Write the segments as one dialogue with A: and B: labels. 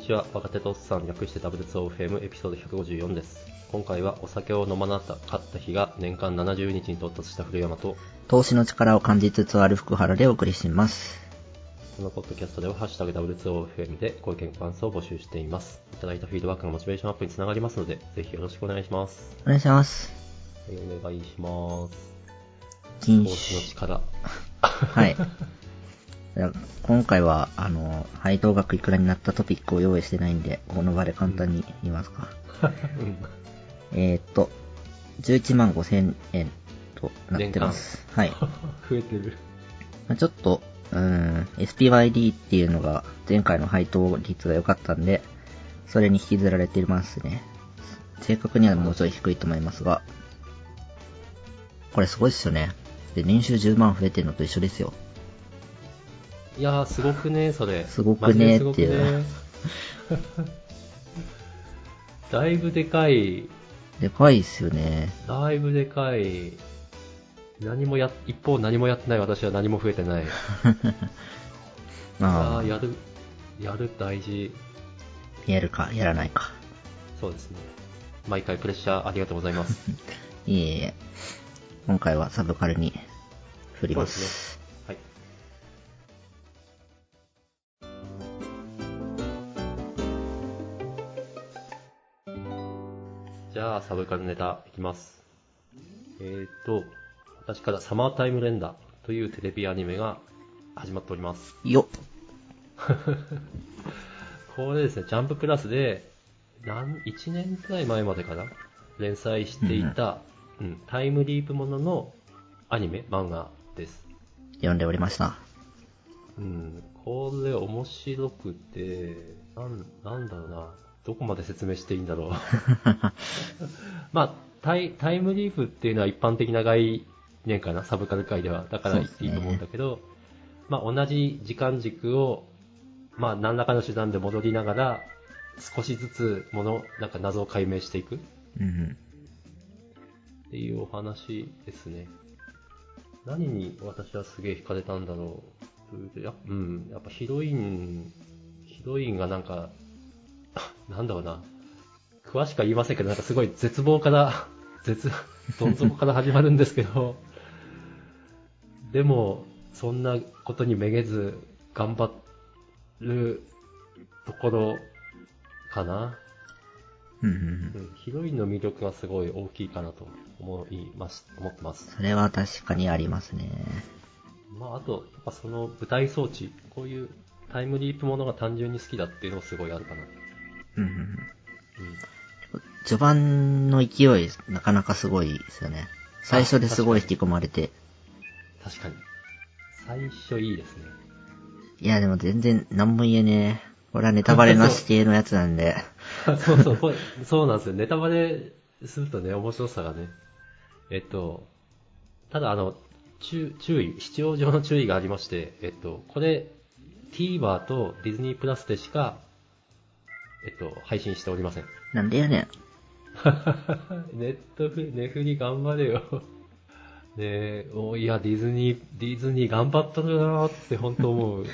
A: ちは若手とおっさん略して W2OFM エピソード154です今回はお酒を飲まなかった日が年間70日に到達した古山と
B: 投資の力を感じつつある福原でお送りします。
A: このポッドキャストでは「ハッシュタグ #W2OFM」でご意見ご感想を募集していますいただいたフィードバックがモチベーションアップにつながりますのでぜひよろしくお願いします
B: お願いします。
A: はいお願いします
B: 禁
A: 投資の
B: 酒。
A: 力
B: はい。じゃあ今回は、あの、配当額いくらになったトピックを用意してないんで、この場で簡単に言いますか。えーっと、11万5千円となってます。はい。
A: 増えてる
B: まあちょっと、うーん、SPYD っていうのが前回の配当率が良かったんで、それに引きずられてますね。正確にはもうちょい低いと思いますが、これすごいっすよね。で、年収10万増えてるのと一緒ですよ。
A: いやーすごくねそれ
B: すごくね
A: マジですごくね だいぶでかい
B: でかいっすよね。
A: だいぶでかい。何もや、一方何もやってない私は何も増えてない。あ
B: ま
A: あ、
B: あ、
A: やる、やる大事。
B: やるか、やらないか。
A: そうですね。毎回プレッシャーありがとうございます。
B: いえいえ。今回はサブカルに振ります。
A: はい。じゃあ、サブカルネタいきます。えっ、ー、と、私からサマータイムレンダーというテレビアニメが始まっております。
B: よっ。
A: これですね、ジャンププラスで、なん1年くらい前までかな、連載していた、うんタイムリープもののアニメ、漫画です。
B: 読んでおりました。
A: うん、これ面白くて、なんなんだろうな、どこまで説明していいんだ ろう。まあタイ、タイムリープっていうのは一般的な概念かな、サブカル界では。だから
B: そう
A: 言っ
B: です
A: て
B: ね
A: いいと思うんだけど、まあ、同じ時間軸を、まあ、何らかの手段で戻りながら、少しずつもの、なんか謎を解明していく。
B: うん
A: っていうお話ですね。何に私はすげえ惹かれたんだろうというと。やっぱうん、やっぱヒロイン、ヒロインがなんか、 なんだろうな。詳しくは言いませんけど、なんかすごい絶望から、 絶、どん底から始まるんですけど、でも、そんなことにめげず、頑張るところかな。
B: うん。うんうんうん。
A: うんヒロインの魅力がすごい大きいかなと思います思ってます。
B: それは確かにありますね。
A: まあ、あと、やっぱその舞台装置、こういうタイムリープものが単純に好きだっていうのもすごいあるかな。
B: うんうんうん。序盤の勢い、なかなかすごいですよね。最初ですごい引き込まれて。
A: 確かに。最初いいですね。
B: いや、でも全然何も言えねえ。これはネタバレなし系のやつなんで。
A: そうそう、これ、そうなんですよ。ネタバレするとね、面白さがね。えっと、ただあの、注注意、視聴上の注意がありまして、えっと、これ、TVer と Disney プラスでしか、えっと、配信しておりません。
B: なんでやねん。
A: ネットフ、ネフリ頑張れよ。ねえ、おいや、ディズニー、ディズニー頑張ったなーって本当思う。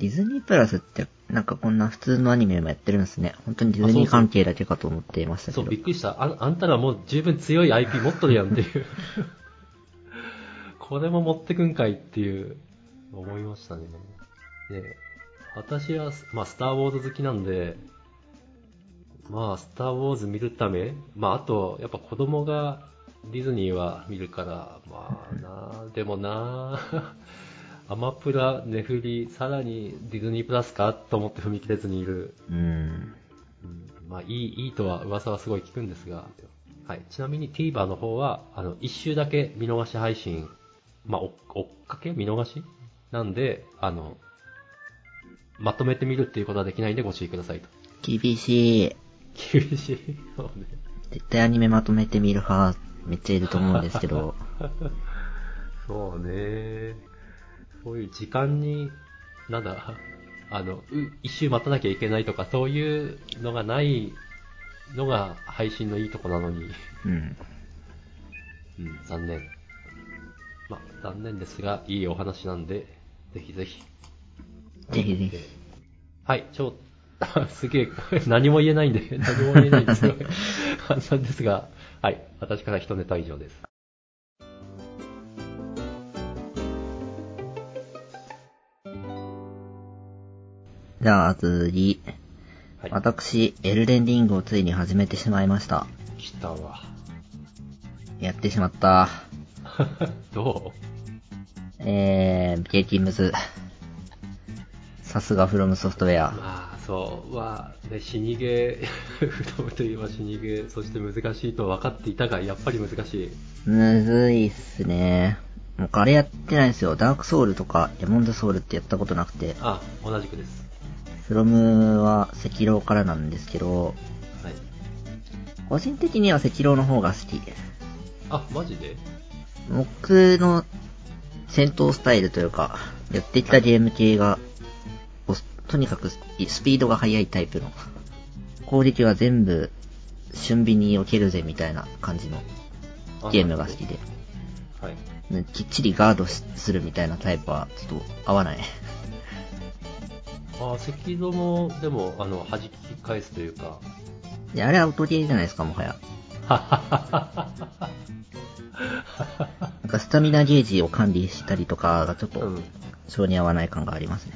B: ディズニープラスって、なんかこんな普通のアニメもやってるんですね。本当にディズニー関係だけかと思っていましたけ
A: そう、
B: ど。
A: びっくりした。ああんたらもう十分強い IP 持っとるやんっていう。 これも持ってくんかいっていう、思いましたね。で、私は、まあ、スターウォーズ好きなんで、まあ、スターウォーズ見るため、まあ、あと、やっぱ子供がディズニーは見るから、まあ なあ、でもなあ、アマプラ、ネフリ、さらにディズニープラスかと思って踏み切れずにいる
B: うん。
A: うんまあ、いい、いいとは噂はすごい聞くんですが、はい。ちなみに TVer の方は、あの、一周だけ見逃し配信、まあ、追っ追っかけ見逃しなんで、あの、まとめて見るっていうことはできないんでご注意くださいと。
B: 厳しい。
A: 厳しい。そうね。
B: 絶対アニメまとめてみる派、めっちゃいると思うんです けど。
A: そうね。そういう時間に、なんだ、 あの、う一周待たなきゃいけないとか、そういうのがないのが配信のいいとこなのに。
B: うん。
A: うん、残念。まあ、残念ですが、いいお話なんで、ぜひぜひ。
B: ぜひぜひ。
A: はい、超、 すげえ、何も言えないんで、 何も言えないんですよ。簡単ですが、はい、私から一ネタ以上です。
B: じゃあ次、
A: はい、
B: 私、エルデンリングをついに始めてしまいました。
A: 来たわ。
B: やってしまった。
A: ど
B: えー、激ムズ。さすがフロムソフトウェ
A: う
B: ア。
A: まあ、そう、まあ、ね、死にゲー、不動といえば死にゲー、そして難しいと分かっていたが、やっぱり難しい。
B: むずいっすね。もうあれやってないんですよ。ダークソウルとか、エモンドソウルってやったことなくて、
A: あ、同じくです。
B: フロムは赤狼からなんですけど、
A: はい。
B: 個人的には赤狼の方が好き。
A: あ、マジで
B: 僕の戦闘スタイルというか、やってきたゲーム系が、こうとにかくススピードが速いタイプの。攻撃は全部、俊敏に避けるぜみたいな感じの
A: あ
B: ゲームが好きで。
A: はい。
B: ねきっちりガードしするみたいなタイプは、ちょっと合わない。
A: あ、赤道も、でも、あの、弾き返すというか、
B: であれは音ゲーじゃないですか、もはや。なんかスタミナゲージを管理したりとかがちょっ
A: う
B: と
A: ん。
B: 性に合わない感がありますね。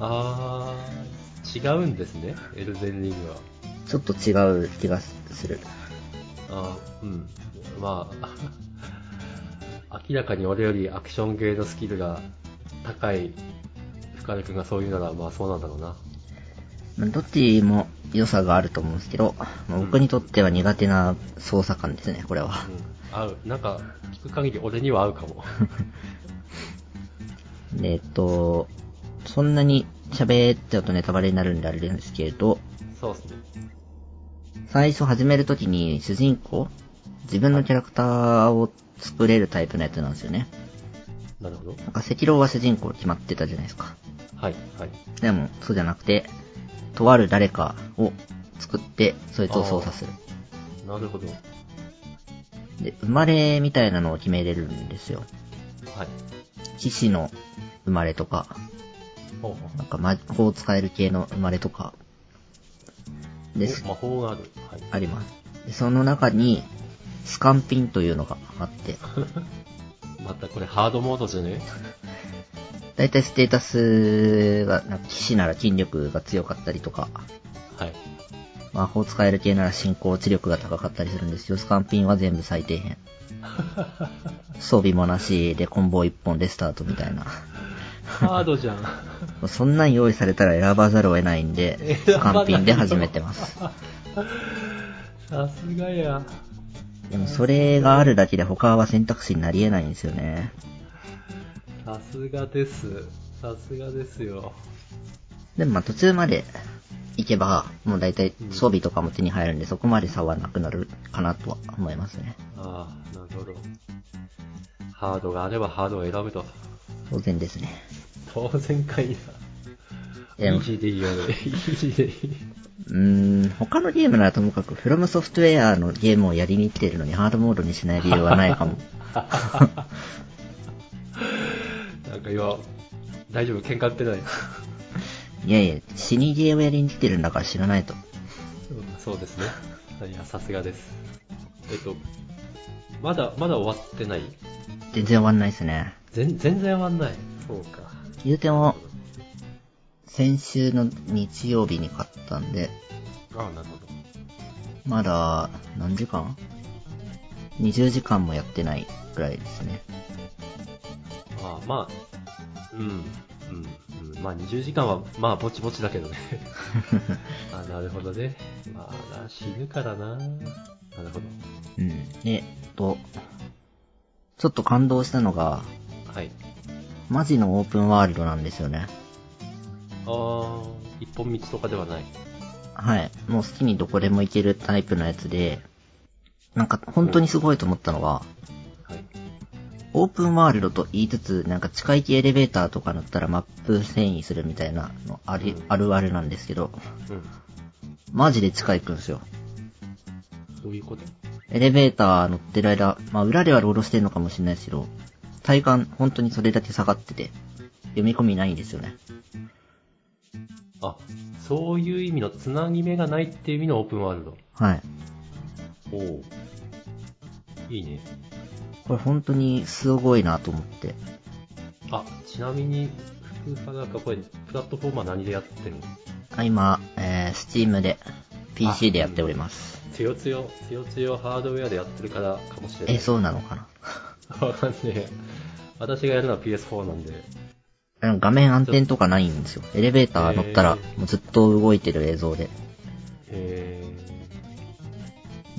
A: あー、違うんですね、エルデンリングは。
B: ちょっと違う気がする。
A: あーうん。まあ、 明らかに俺よりアクションゲーのスキルが高い深田君がそう言うなら、まあそうなんだろうな。
B: まあどっちも良さがあると思うんですけど、まあ僕にとっては苦手な操作感ですね、これは。
A: うん。合う。なんか、聞く限り俺には合う かも。
B: で、えっと、そんなに喋っちゃうとネタバレになるんであれなんですけれど、
A: そうですね。
B: 最初始めるときに主人公、自分のキャラクターを作れるタイプのやつなんですよね。
A: なるほど。
B: なんか赤狼は主人公決まってたじゃないですか。
A: はい、はい。
B: でも、そうじゃなくて、とある誰かを作って、そいつを操作する。
A: なるほど。は
B: で、生まれみたいなのを決めれるんですよ。
A: い。
B: 騎士の生まれとか、
A: ほうほう
B: なんか魔法を使える系の生まれとか、で、す
A: お魔法がある。はい。
B: あります。で、その中に、スカンピンというのがあって、
A: またこれハードモードじゃね
B: だいたいステータスが、なんか騎士なら筋力が強かったりとか、
A: はい。
B: 魔法使える系なら進行知力が高かったりするんですよ。スカンピンは全部最低 限。装備もなしでコンボ1本でスタートみたいな。
A: ハードじゃん。
B: そんなん用意されたら選ばざるを得ないんで、ス
A: 選ばない
B: カンピンで始めてます。
A: さすがや。
B: でもそれがあるだけで他は選択肢になり得ないんですよね。
A: さすがです。さすがですよ。
B: でもまあ途中まで行けば、もう大体装備とかも手に入るんで、そこまで差はなくなるかなとは思いますね。
A: ああ、なるほど。ハードがあればハードを選ぶと。
B: 当然ですね。
A: 当然かいな。
B: で
A: イ
B: も
A: ージーでいいよね。イージーでいい。
B: うーん、他のゲームならともかく、フロムソフトウェアのゲームをやりに来ているのにハードモードにしない理由はないかも。
A: なんか今、大丈夫喧嘩売ってない。
B: いやいや、死にゲームやりに来てるんだから知らないと。
A: うんそうですね。いや、さすがです。えっと、まだ、まだ終わってない
B: 全然終わんないですね。
A: 全全然終わんない。そうか。
B: 言うても、先週の日曜日に買ったんで、
A: ああ、なるほど。
B: まだ、何時間 ?20 時間もやってないぐらいですね。
A: ああ、まあ、うん、うん、うん。まあ、20時間は、まあ、ぼちぼちだけどね。あなるほどね。まあな、死ぬからな。なるほど。
B: うん。で、えっと、ちょっと感動したのが、
A: はい。
B: マジのオープンワールドなんですよね。
A: ああ、一本道とかではない。
B: はい。もう好きにどこでも行けるタイプのやつで、なんか本当にすごいと思ったのが、
A: はい。
B: オープンワールドと言いつつ、なんか近い駅エレベーターとかだったらマップ遷移するみたいなのあり、あるあるなんですけど、
A: うん。
B: マジで近い行くんですよ。
A: どういうこと
B: エレベーター乗ってる間、まあ裏ではロードしてるのかもしれないですけど、体感本当にそれだけ下がってて、読み込みないんですよね。
A: あ、そういう意味のつなぎ目がないっていう意味のオープンワールド。
B: はい。
A: おお。いいね。
B: これ本当にすごいなと思って。
A: あ、ちなみに、福原なんかこれ、プラットフォーマー何でやってるの
B: あ今、えー、Steam で、PC でやっております。
A: 強強、強強ハードウェアでやってるからかもしれない。
B: え、そうなのかな
A: わかんねえ。 私がやるのは PS4 なんで。
B: あの画面暗転とかないんですよ。エレベーター乗ったら
A: へ、ー
B: もうずっと動いてる映像で。
A: え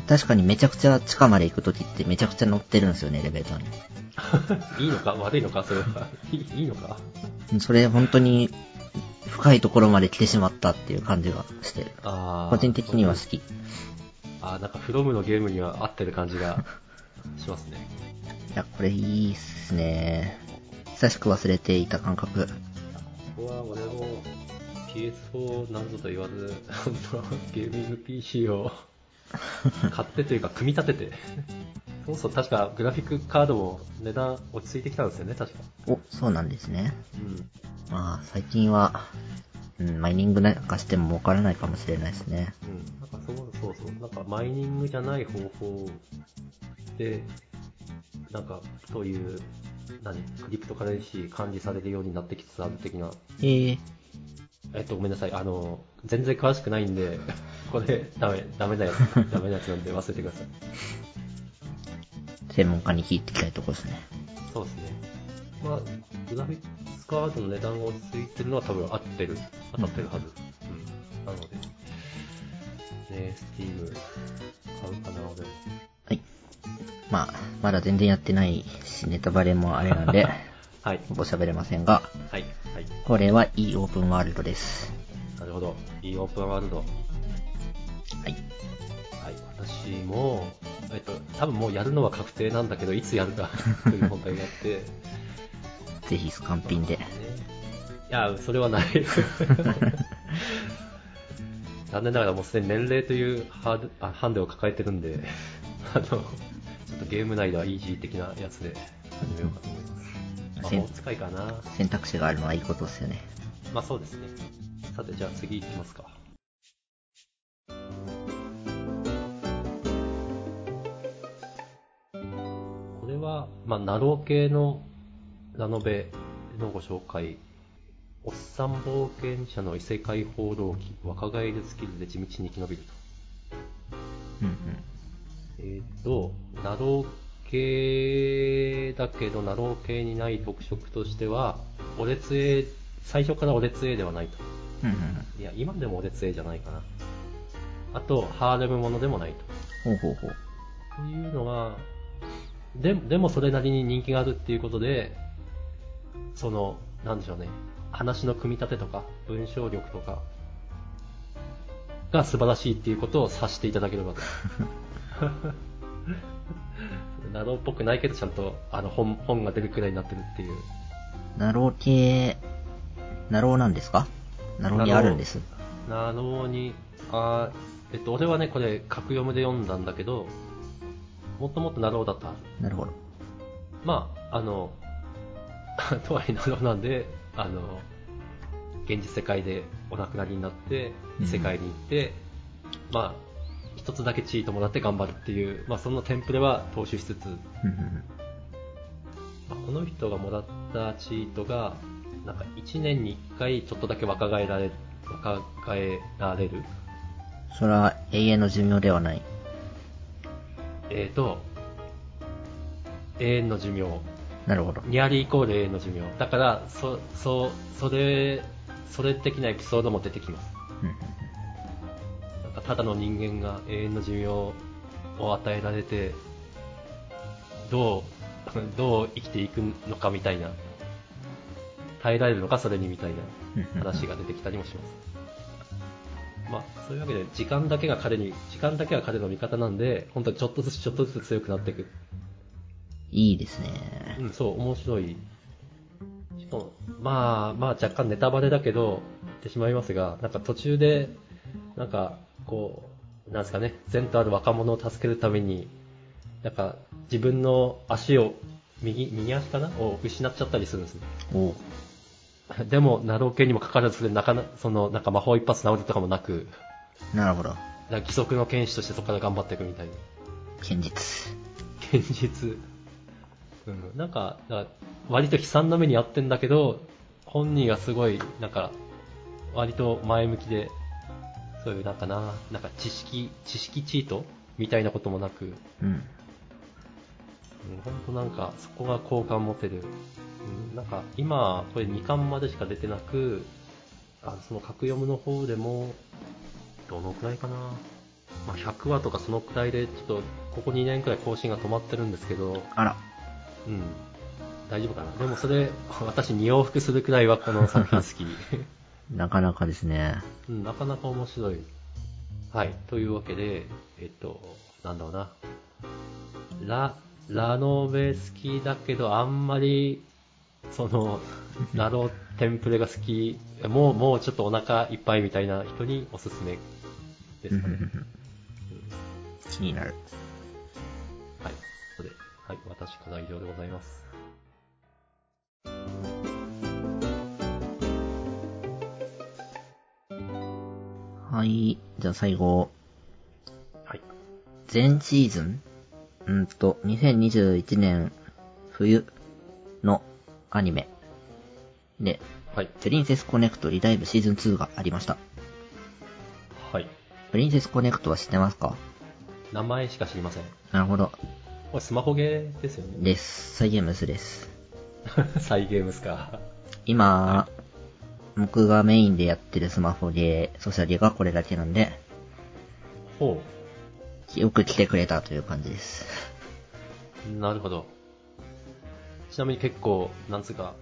B: 確かにめちゃくちゃ地下まで行くときってめちゃくちゃ乗ってるんですよね、エレベーター
A: ー、 いいのか悪いのかそれは。 いいいいのか
B: に。それ本当に深いところまで来てしまったっていう感じがして、
A: あー
B: 個人的には好き。
A: あーなんかフロムのゲームには合ってる感じがしますね。
B: いや、これいいっすね。久しく忘れていた感覚。
A: ここは俺も PS4 なんぞと言わず、 あのゲーミング PC を買ってというか組み立てて。そうそう、確かグラフィックカードも値段落ち着いてきたんですよね、確か。
B: お、そうなんですね。
A: うん。
B: まあ、最近は、うん、マイニングなんかしても儲からないかもしれないですね。
A: うん。なんかそうそうそう。なんかマイニングじゃない方法で、なんかそういう、何、クリプトカレンシー管理されるようになってきつつある的な
B: ええ
A: えっと、ごめんなさい。あの、全然詳しくないんで、 これ、ダメ、ダメ なやつ、ダメなやつなんで忘れてください。
B: 専門家に聞いていきたいところですね。
A: そうですね。まあ、グラフィックカードの値段が落ち着いてるのは多分合ってる、当たってるはず。うん。なので、ね、スティーム買うかな、俺。
B: はい。まあ、まだ全然やってないし、ネタバレもあれなん で、
A: はい、
B: ほぼ喋れませんが、
A: はい、はい。
B: これはいいオープンワールドです。
A: なるほど。いいオープンワールド。
B: はい。
A: はい、私も、えっと、多分もうやるのは確定なんだけど、いつやるか という問題があって、
B: ぜひスカンピンで。
A: いや、それはない。 残念ながらもうすでに年齢というハードあハンデを抱えてるんで、あの、ちょっとゲーム内ではイージー的なやつで始めようかと思います。魔法使いかな。
B: 選択肢があるのはいいことですよね。
A: まあそうですね。さて、じゃあ次行きますか。これは、まあ、ナロー系のラノベのご紹介。おっさん冒険者の異世界放浪記、若返るスキルで地道に生き延びると。
B: うん
A: えっ、と、ナロー系だけど、ナロー系にない特色としては、オレツ A、最初からオレツ A ではないと。
B: うん。うんうん
A: いや、今でも俺強いじゃないかな。あと、ハーレムものでもないと。
B: うん。ほうほうほう。
A: というのは、ででもそれなりに人気があるっていうことで、その、なんでしょうね、話の組み立てとか、文章力とか、が素晴らしいっていうことを察していただければと。 ナローっぽくないけど、ちゃんとあの本本が出るくらいになってるっていう。
B: ナロー系、ナローなんですかナローにあるんです。
A: なのに、あーえっと、俺はね、これ、格読むで読んだんだけど、もっともっとなろうだったはず。
B: なるほど。
A: まあ、あの、 とはいえなろうなんで、あの、現実世界でお亡くなりになって、
B: うん
A: 異世界に行って、まあ、一つだけチートもらって頑張るっていう、まあ、そのテンプレは踏襲しつつ、
B: うんうんうん
A: まあこの人がもらったチートが、なんか1年に1回ちょっとだけ若返られ、若返られる
B: それは永遠の寿命ではない。
A: えーと、永遠の寿命。
B: なるほど。
A: ニアリーイコール永遠の寿命。だから、そ、そ、それ、それ的なエピソードも出てきます。
B: うんうん
A: なんかただの人間が永遠の寿命を与えられて、どう、 どう生きていくのかみたいな。耐えられるのかそれにみたい
B: うんうんう
A: なん話が出てきたりもします。まあ、そういうわけで、時間だけが彼に、時間だけが彼の味方なんで、本当にちょっとずつちょっとずつ強くなっていく
B: いいですね。
A: うん、そう、面白い。しかも、まあ、まあ若干ネタバレだけど、言ってしまいますが、なんか途中で、なんか、こう、なんですかね、前途ある若者を助けるために、なんか、自分の足を、右、右足かなを失っちゃったりするんですね。
B: おう
A: でも、ナロー系にもかかわらず、なかな、その、なんか魔法一発治るとかもなく、
B: なるほど。
A: なんか義足の剣士としてそこから頑張っていくみたいな。
B: 堅実。
A: 堅実。うん、なんか、だから割と悲惨な目に遭ってんだけど、本人がすごい、なんか、割と前向きで、そういうなんかな、なんか知識、知識チートみたいなこともなく、
B: うん。
A: うん、ほんとなんか、そこが好感持てる。うん、なんか、今、これ2巻までしか出てなく、あその格読むの方でも、どのくらいかな。まあ、100話とかそのくらいで、ちょっと、ここ2年くらい更新が止まってるんですけど、
B: あら。
A: うん。大丈夫かな。でもそれ、私2往復するくらいはこの作品 好き。
B: なかなかですね。
A: うん、なかなか面白い。はい。というわけで、えっと、なんだろうな。ラ、ラノベ好きだけど、あんまり、そ の、ラロテンプレが好き、もう、もうちょっとお腹いっぱいみたいな人におすすめですかね。
B: 気になる。
A: はい。それで、はい。私からは以上でございます。
B: はい。じゃあ最後。
A: はい。
B: 前シーズンうんと、2021年冬のアニメで、
A: はい。
B: プリンセスコネクトリダイブシーズン2がありました。
A: はい。
B: プリンセスコネクトは知ってますか
A: 名前しか知りません。
B: なるほど。
A: これスマホゲーですよね。
B: です。サイゲームスです。
A: サイゲームスか。
B: 今、僕がメインでやってるスマホで、ソシャゲがこれだけなんで、
A: ほ
B: よく来てくれたという感じです。
A: う。なるほど。ちなみに結構、なんつうか、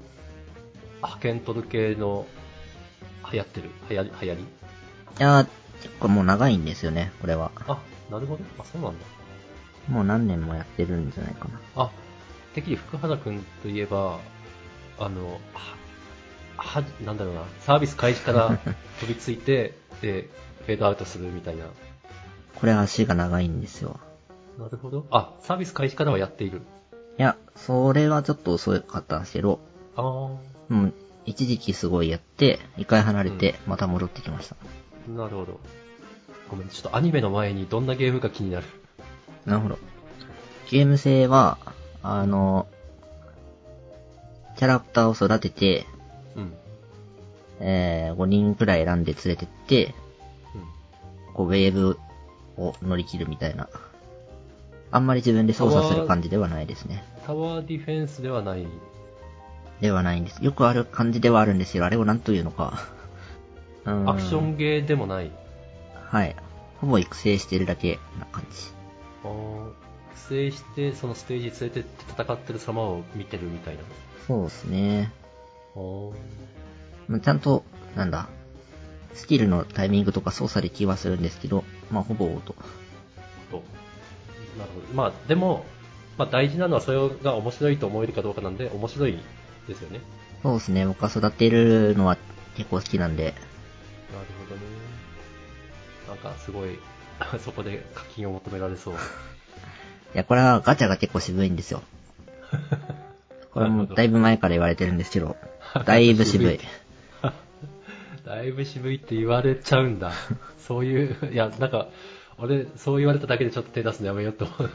A: 派遣取る系の、流行ってる。流行り、流行り
B: いやー、結構もう長いんですよね、これは。
A: あ、なるほど。あ、そうなんだ。
B: もう何年もやってるんじゃないかな。
A: あ、てっきり福原くんといえば、あの、は、は、なんだろうな、サービス開始から 飛びついて、で、フェードアウトするみたいな。
B: これ足が長いんですよ。
A: なるほど。あ、サービス開始からはやっている。
B: いや、それはちょっと遅かったんですけど、
A: あー、
B: うん、一時期すごいやって、一回離れて、また戻ってきました。
A: なるほど。ごめん、ちょっとアニメの前にどんなゲームか気になる。
B: なるほど。ゲーム性は、あの、キャラクターを育てて、
A: うん。
B: えー、5人くらい選んで連れてって、
A: うん。
B: こう、ウェーブを乗り切るみたいな。あんまり自分で操作する感じではないですね。
A: タワーディフェンスではない。
B: ではないんです。よくある感じではあるんですけど、あれを何というのか。うーん
A: アクションゲーでもない。
B: はい。ほぼ育成してるだけな感じ。
A: あー育成して、そのステージ連れてって戦ってる様を見てるみたいな。
B: そうですね。
A: あー
B: まあちゃんと、なんだ、スキルのタイミングとか操作で気はするんですけど、まあほぼ音。
A: と。なるほど。まあ、でも、まあ大事なのはそれが面白いと思えるかどうかなんで、面白いですよね。
B: そうですね。僕は育てるのは結構好きなんで、
A: なるほどね。なんかすごい、 そこで課金を求められそう。
B: いや、これはガチャが結構渋いん ですよ。これもだいぶ前から言われてるんですけど、だいぶ渋 い。
A: だいぶ渋いって言われちゃ うんだ。そういう、いや、なんか、俺、そう言われただけでちょっと手出すのやめようと思う。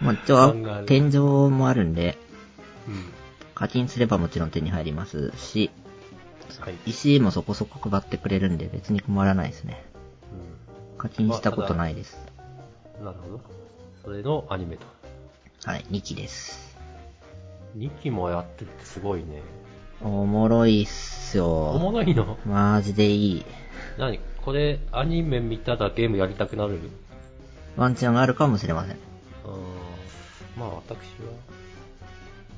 B: まあ一応、天井もあるんで、
A: うん。
B: 課金すればもちろん手に入りますし、
A: はい。
B: 石もそこそこ配ってくれるんで別に困らないですね。課金したことないです。
A: うん。なるほど。それのアニメと。
B: はい、2期です。
A: 2期もやってるってすごいね。
B: おもろいっす
A: お
B: よ。
A: もろいの。
B: マジでいい。
A: 何これ、アニメ見たらゲームやりたくなる
B: ワンチャンあるかもしれませ
A: う
B: ん。
A: ーん。まあ、私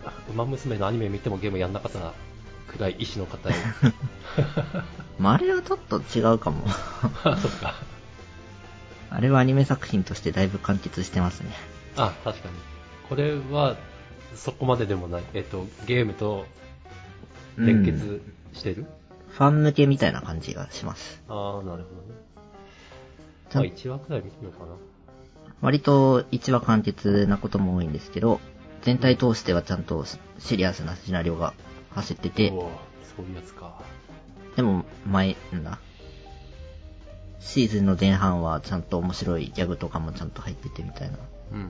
A: は、ウマ娘のアニメ見てもゲームやんなかったくらい意志の 固い。
B: まあ、あれはちょっと違うかも。
A: あ、そっか。
B: あれはアニメ作品としてだいぶ完結してますね。
A: あ、確かに。これは、そこまででもない。えっと、ゲームと連結してる、
B: ファン向けみたいな感じがします。
A: ああ、なるほどね。
B: ち
A: まあ、
B: ゃ
A: 1話
B: ん
A: くらい見てみようかな。
B: 割と1話完結なことも多いんですけど、全体通してはちゃんとシリアスなシナリオが走ってて
A: お、ーそういうやつか。
B: でも、前、なんだ。シーズンの前半はちゃんと面白いギャグとかもちゃんと入っててみたいな。
A: うん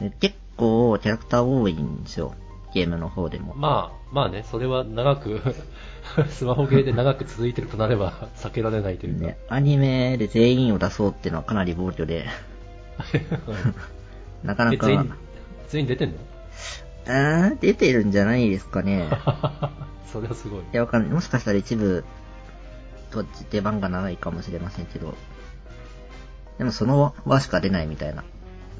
A: うん。
B: で結構キャラクター多いんですよ。ゲームの方でも。
A: まあ、まあね、それは長く、 スマホゲーで長く続いてるとなれば避けられないというか。
B: ね、アニメで全員を出そうっていうのはかなり暴挙で、なかな
A: え
B: か、
A: 全
B: う
A: 員、全員出てんの
B: ーん、出てるんじゃないですかね。
A: それはすごい。
B: いや、わかんない。もしかしたら一部、と出番が長いかもしれませんけど、でもその輪しか出ないみたいな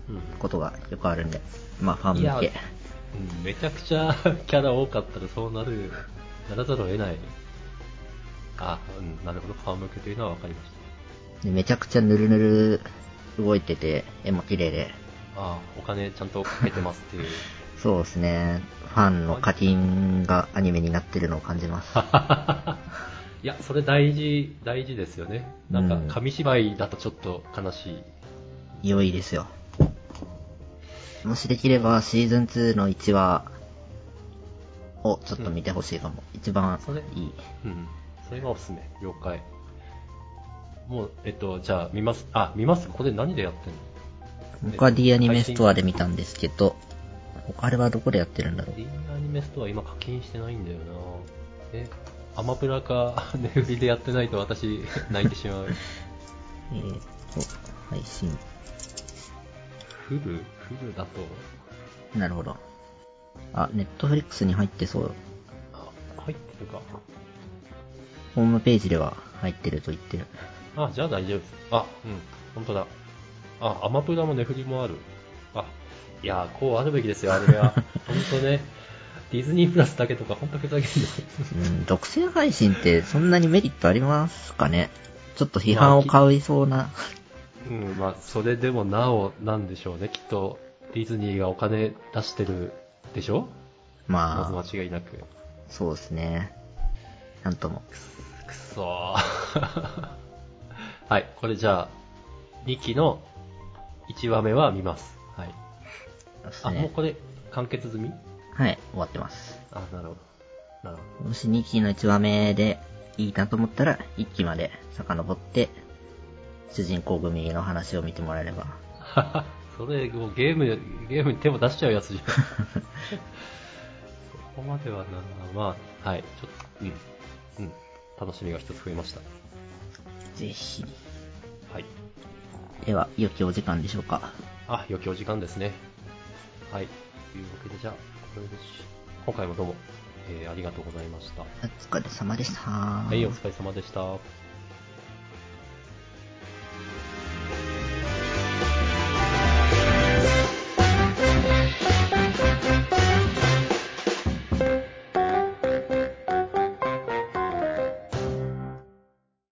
A: うん
B: ことがよくあるんで、まあファン
A: いや
B: 向け。
A: うんめちゃくちゃ キャラ多かったらそうなる、ならざるを得ない。あ、うん、なるほど、顔向けというのは分かりまし
B: でめちゃくちゃヌルヌル動いてて、絵も綺麗で、
A: た。あお金ちゃんとかけてますっていう。
B: そうですね、ファンの課金がアニメになってるのを感じます。
A: いや、それ大事、大事ですよね。なんか、紙芝居だとちょっと悲しい。
B: 良いですよ。もしできればシーズン2の1話をちょっと見てほしいかも。一番
A: それ
B: いい。
A: うん。それがおすすめ。了解。もう、えっと、じゃあ、見ます。あ、見ます。これ何でやってんの
B: 僕は D アニメストアで見たんですけど、他あれはどこでやってるんだろう。
A: リーアニメストア今課金してないんだよなえアマプラか ネフリでやってないと私 泣いてしまう
B: えーっと、配信。
A: フルフルだと
B: なるほど。あ、ネットフリックスに入ってそう。
A: あ入ってるか
B: ホームページでは入ってると言ってる。
A: あじゃあ大丈夫ですあうん本当だあアマプラもネフリもあるあいやーこうあるべきですよあれは本当ねディズニープラスだけとか本当ふざけんな
B: うん、独占配信ってそんなにメリットありますかねちょっと批判を買いそうな。
A: うんまあそれでもなおなんでしょうねきっとディズニーがお金出してるでしょまず
B: まあ、
A: 間違いなく
B: そうですね。なんとも。
A: くそー はい、これじゃあ、2期の1話目は見ます。はい。
B: そうです
A: あ、もう
B: ね。
A: これ、完結済み
B: はい、終わってます。
A: あ、なるほど。なるほ
B: もし2期の1話目でいいなと思ったら、1期まで遡って、主人公組の話を見てもらえれば。
A: ど。 それ、もうゲーム、ゲームに手も出しちゃうや つじゃん。そこまではな、まあ、はい、ちょっと、うん。うん。楽しみが一つ増えました。
B: ぜひ。
A: はい。
B: では、良きお時間でしょうか。
A: あ、余興時間ですね。はい。というわけで、じゃあ、これでし、今回もどうも、えーありがとうございました。
B: お疲れ様でした。は
A: はい、お疲れ様でした。